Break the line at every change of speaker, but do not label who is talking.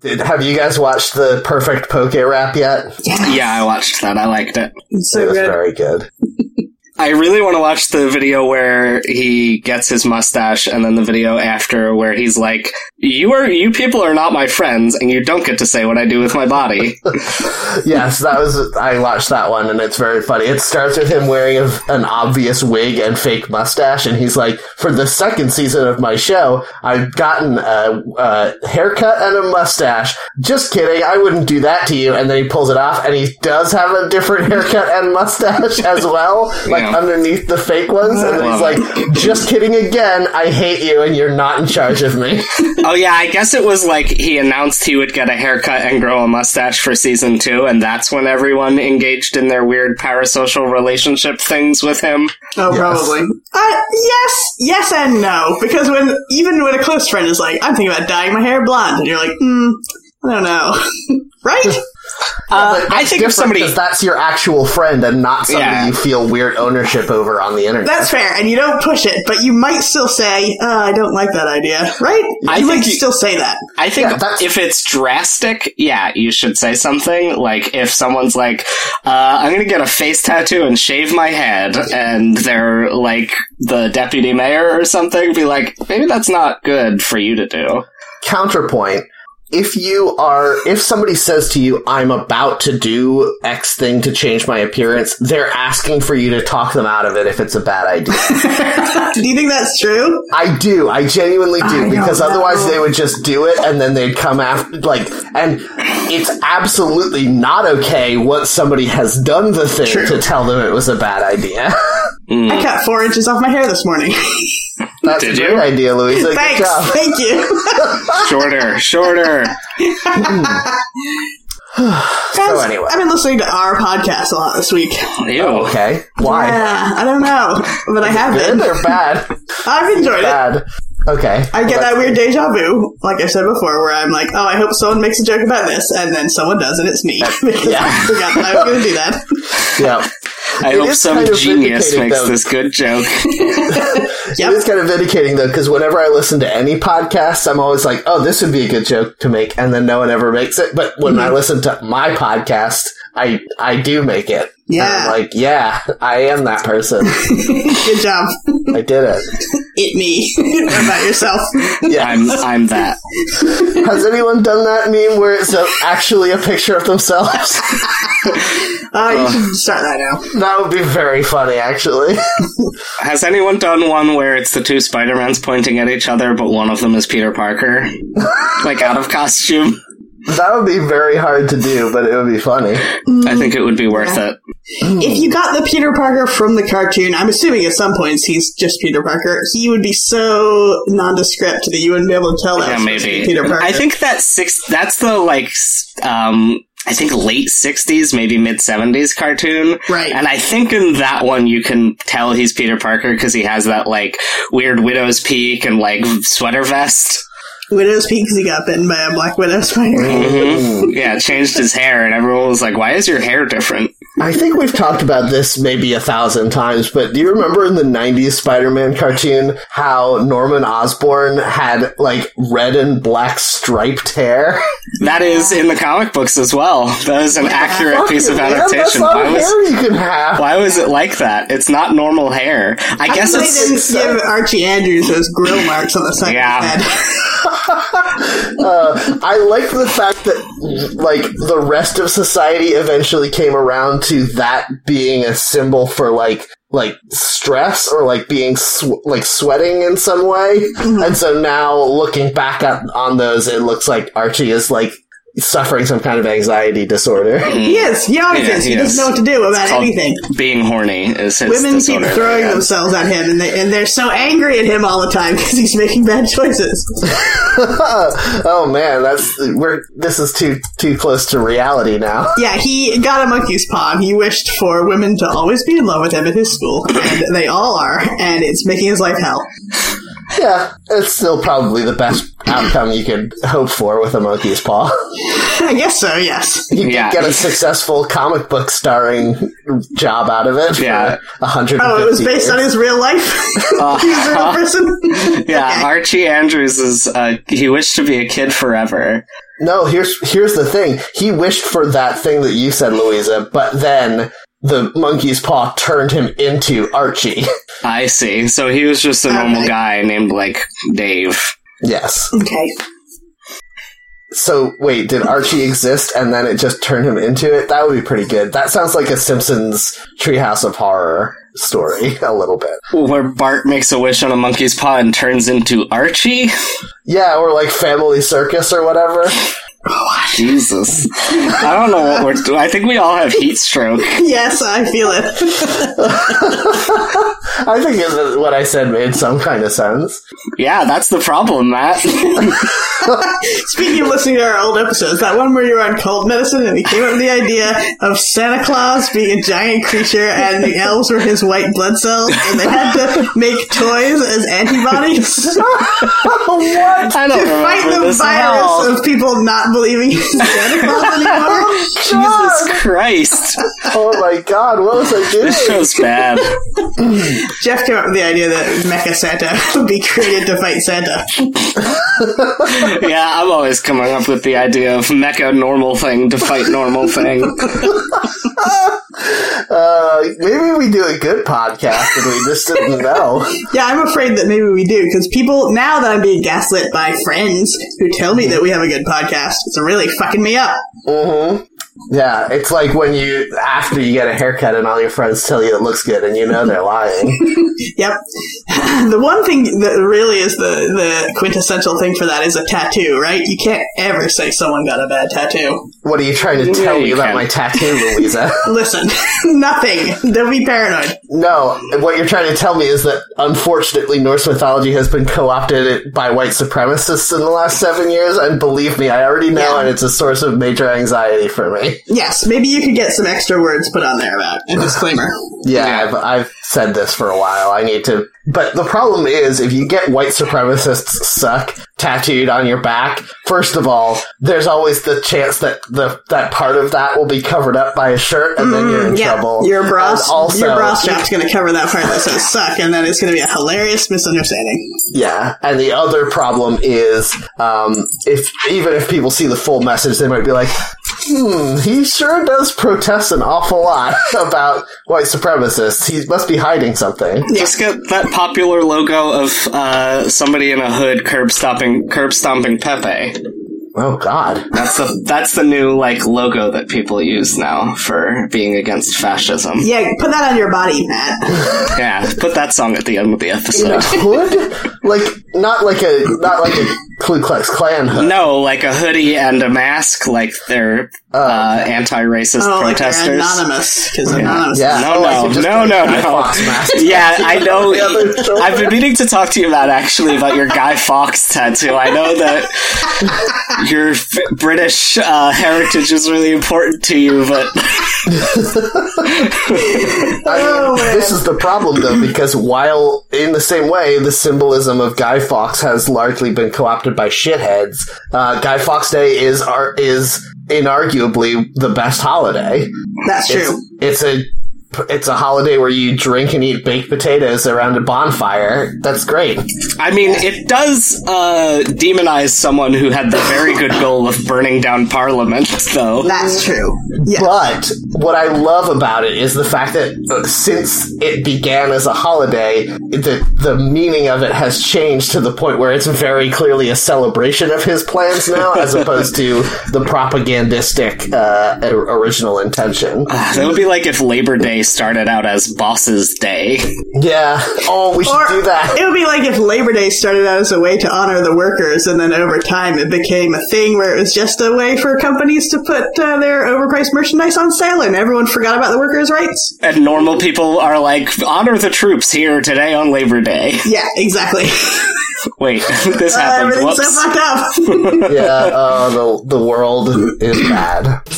Did, have you guys watched the Perfect Poke Rap yet?
Yeah.
Yeah, I watched that. I liked it.
It's
it
so
was
good.
very good.
I really want to watch the video where he gets his mustache and then the video after where he's like, you are, you people are not my friends and you don't get to say what I do with my body.
yes, that was. I watched that one, and it's very funny. It starts with him wearing a, an obvious wig and fake mustache, and he's like, "For the second season of my show, I've gotten a, a haircut and a mustache." Just kidding, I wouldn't do that to you. And then he pulls it off, and he does have a different haircut and mustache as well, like
Yeah.
underneath the fake ones. And then he's like, "Just kidding again. I hate you, and you're not in charge of me."
oh yeah, I guess it was like he announced he would get a haircut and grow a mustache for season two and that's when everyone engaged in their weird parasocial relationship things with him.
Oh,
Yes.
probably. Uh, yes, yes, and no. Because when even when a close friend is like, "I'm thinking about dyeing my hair blonde," and you're like, "Hmm, I don't know." right?
Uh,
But that's
I think if
different
somebody,
'cause that's your actual friend and not somebody
Yeah.
you feel weird ownership over on the internet.
That's fair, and you don't push it, but you might still say, uh, "I don't like that idea." Right?
I
you
think
might
you-
still say that.
I think
Yeah, that's-
if it's drastic, yeah, you should say something. Like if someone's like, uh, "I'm going to get a face tattoo and shave my head," and they're like the deputy mayor or something, be like, "Maybe that's not good for you to do."
Counterpoint. If you are, if somebody says to you, I'm about to do X thing to change my appearance, they're asking for you to talk them out of it if it's a bad idea.
Do you think that's true?
I do. I genuinely do
I
because
don't know.
otherwise they would just do it and then they'd come after like and it's absolutely not okay once somebody has done the thing
True.
to tell them it was a bad idea.
I cut four inches off my hair this morning.
That's
Did
a
you?
great idea, Louisa. Good
Thanks,
job.
thank you.
Shorter, shorter.
Guys,
anyway.
I've been listening to our podcast a lot this week.
Ew.
Oh, Okay. Why?
Yeah, I don't know, but I have
Good
been.
or bad?
I've enjoyed it.
bad. Okay.
I get that weird deja vu, like I said before, where I'm like, oh, I hope someone makes a joke about this, and then someone does, and it's me. Because I forgot that I was going to do that.
Yeah.
I
It
hope
is
some
kind of
genius
vindicating,
makes
though.
this good joke.
Yep.
It is kind of vindicating though, because whenever I listen to any podcast, I'm always like, "Oh, this would be a good joke to make," and then no one ever makes it. But when
Mm-hmm.
I listen to my podcast, I I do make it. And I'm
Yeah,
like, yeah, I am that person.
good job.
I did it.
It me about yourself. Uh,
Yeah.
I'm, I'm that.
Has anyone done that meme where it's a, actually a picture of themselves?
Uh, you should start that now.
that would be very funny, actually.
Has anyone done one where it's the two Spider-Mans pointing at each other, but one of them is Peter Parker? like out of costume?
that would be very hard to do, but it would be funny.
I think it would be worth it.
If you got the Peter Parker from the cartoon, I'm assuming at some points he's just Peter Parker. He would be so nondescript that you wouldn't be able to tell that
Yeah,
was
maybe.
Peter Parker.
I think that six. That's the like. s- Um, I think late '60s, maybe mid '70s cartoon.
Right.
And I think in that one you can tell he's Peter Parker because he has that like weird widow's peak and like sweater vest.
Widow's Peak because he got bitten by a black widow spider. Mm-hmm.
hmm yeah, changed his hair, and everyone was like, "Why is your hair different?"
I think we've talked about this maybe a thousand times, but do you remember in the 90s Spider Man cartoon how Norman Osborn had like red and black striped hair?
That is in the comic books as well. That is an accurate piece of
Man, that's
adaptation.
not
Why was
hair you can have.
why was it like that? It's not normal hair. I guess
they
it's
didn't give Archie Andrews those grill marks on the side
Yeah.
of his head.
Uh, I like the fact that like the rest of society eventually came around to that being a symbol for like like stress or like being sw- like sweating in some way, and so now looking back at, on those, it looks like Archie is like suffering some kind of anxiety disorder.
He is. He always
Mm. Yeah,
is. He,
he
doesn't
is.
know what to do about
called
anything.
Being horny is his
Women keep
disorder.
throwing themselves at him, and, they, and they're so angry at him all the time because he's making bad choices.
oh man, that's we're this is too too close to reality now.
yeah, he got a monkey's paw. He wished for women to always be in love with him at his school, and they all are, and it's making his life hell.
Yeah, it's still probably the best outcome you could hope for with a monkey's paw.
I guess so, yes.
You
Yeah.
could get a successful comic book starring job out of it.
Yeah.
for 150
Oh, it was based
years.
on his real life? he's a
Uh-huh.
real person?
Yeah, Archie Andrews is. Uh, he wished to be a kid forever,
No, here's here's the thing. He wished for that thing that you said, Louisa, but then the monkey's paw turned him into Archie.
I see. So he was just a normal
Okay.
guy named like Dave.
yes.
Okay.
So wait, did Archie exist and then it just turned him into it? That would be pretty good. That sounds like a Simpsons Treehouse of Horror story a little bit.
Where Bart makes a wish on a monkey's paw and turns into Archie?
Yeah, or like Family Circus or whatever.
Jesus. I don't know what we're doing. I think we all have heat stroke.
Yes, I feel it.
I think it- what I said made some kind of sense.
Yeah, that's the problem, Matt.
Speaking of listening to our old episodes, that one where you were on cold medicine and he came up with the idea of Santa Claus being a giant creature and the elves were his white blood cells and they had to make toys as antibodies to
what?
I don't
fight
remember
the
this at all.
virus of people not believing he's Santa Claus anymore.
God.
Jesus Christ.
Oh my god, what was I doing?
This show's bad.
Jeff came up with the idea that Mecha Santa would be created to fight Santa.
Yeah, I'm always coming up with the idea of mecha normal thing to fight normal thing.
Uh, maybe we do a good podcast and we just didn't know.
Yeah, I'm afraid that maybe we do because people now that I'm being gaslit by friends who tell me that we have a good podcast, it's really fucking me up.
hmm Yeah, it's like when you after you get a haircut and all your friends tell you it looks good and you know they're lying.
Yep. the one thing that really is the the quintessential thing for that is a tattoo, right? You can't ever say someone got a bad tattoo.
what are you trying to
Yeah,
tell me
you
about
can.
my tattoo, Louisa?
Listen, nothing. Don't be paranoid.
no, what you're trying to tell me is that unfortunately Norse mythology has been co-opted by white supremacists in the last seven years. And believe me, I already know,
Yeah.
and it's a source of major anxiety for me.
Yes, maybe you could get some extra words put on there about a disclaimer.
Yeah,
Yeah.
I've, I've said this for a while. I need to. But the problem is, if you get white supremacists suck tattooed on your back, first of all, there's always the chance that the that part of that will be covered up by a shirt, and then you're in trouble.
Mm, Your bra,
Mm, And also,
your bra strap's going to cover that part that says "suck," and then it's going to be a hilarious misunderstanding.
yeah. And the other problem is, um, if even if people see the full message, they might be like. Hmm, he sure does protest an awful lot about white supremacists. He must be hiding something.
Just get that popular logo of uh, somebody in a hood curb stomping curb stomping Pepe.
Oh, God.
That's the that's the new like logo that people use now for being against fascism.
Yeah, put that on your body, Matt.
Yeah, put that song at the end of the
in a
episode.
hood? like not like a not like a Ku Klux Klan hood.
No, like a hoodie and a mask, like they're uh, anti-racist
Oh, like they're
protesters.
anonymous because anonymous.
Yeah.
No,
Oh, I
no,
could just
no,
do
no,
Guy
no.
Fawkes mask.
Yeah, I know.
The other shoulder.
I've been meaning to talk to you about actually about your Guy Fawkes tattoo. I know that your f- British uh, heritage is really important to you, but
I mean,
Oh, man.
this is the problem though, because while in the same way the symbolism of Guy Fawkes has largely been co-opted by shitheads, uh, Guy Fawkes Day is are, is inarguably the best holiday.
That's true.
It's a it's a holiday where you drink and eat baked potatoes around a bonfire. That's great.
I mean, it does uh, demonize someone who had the very good goal of burning down Parliament, though.
That's true. Yeah.
But what I love about it is the fact that uh, since it began as a holiday, the the meaning of it has changed to the point where it's very clearly a celebration of his plans now, as opposed to the propagandistic uh, or- original intention.
That would be like if Labor Day started out as Boss's Day.
Yeah. Oh, we should
Or-
do that.
It would be like if Labor Day started out as a way to honor the workers, and then over time it became a thing where it was just a way for companies to put uh, their overpriced merchandise on sale, and everyone forgot about the workers' rights.
And normal people are like, honor the troops here today on Labor Day.
Yeah, exactly.
Wait,
Uh,
this happened.
Everything's so
Whoops.
fucked up.
Yeah. Oh, the the world is bad.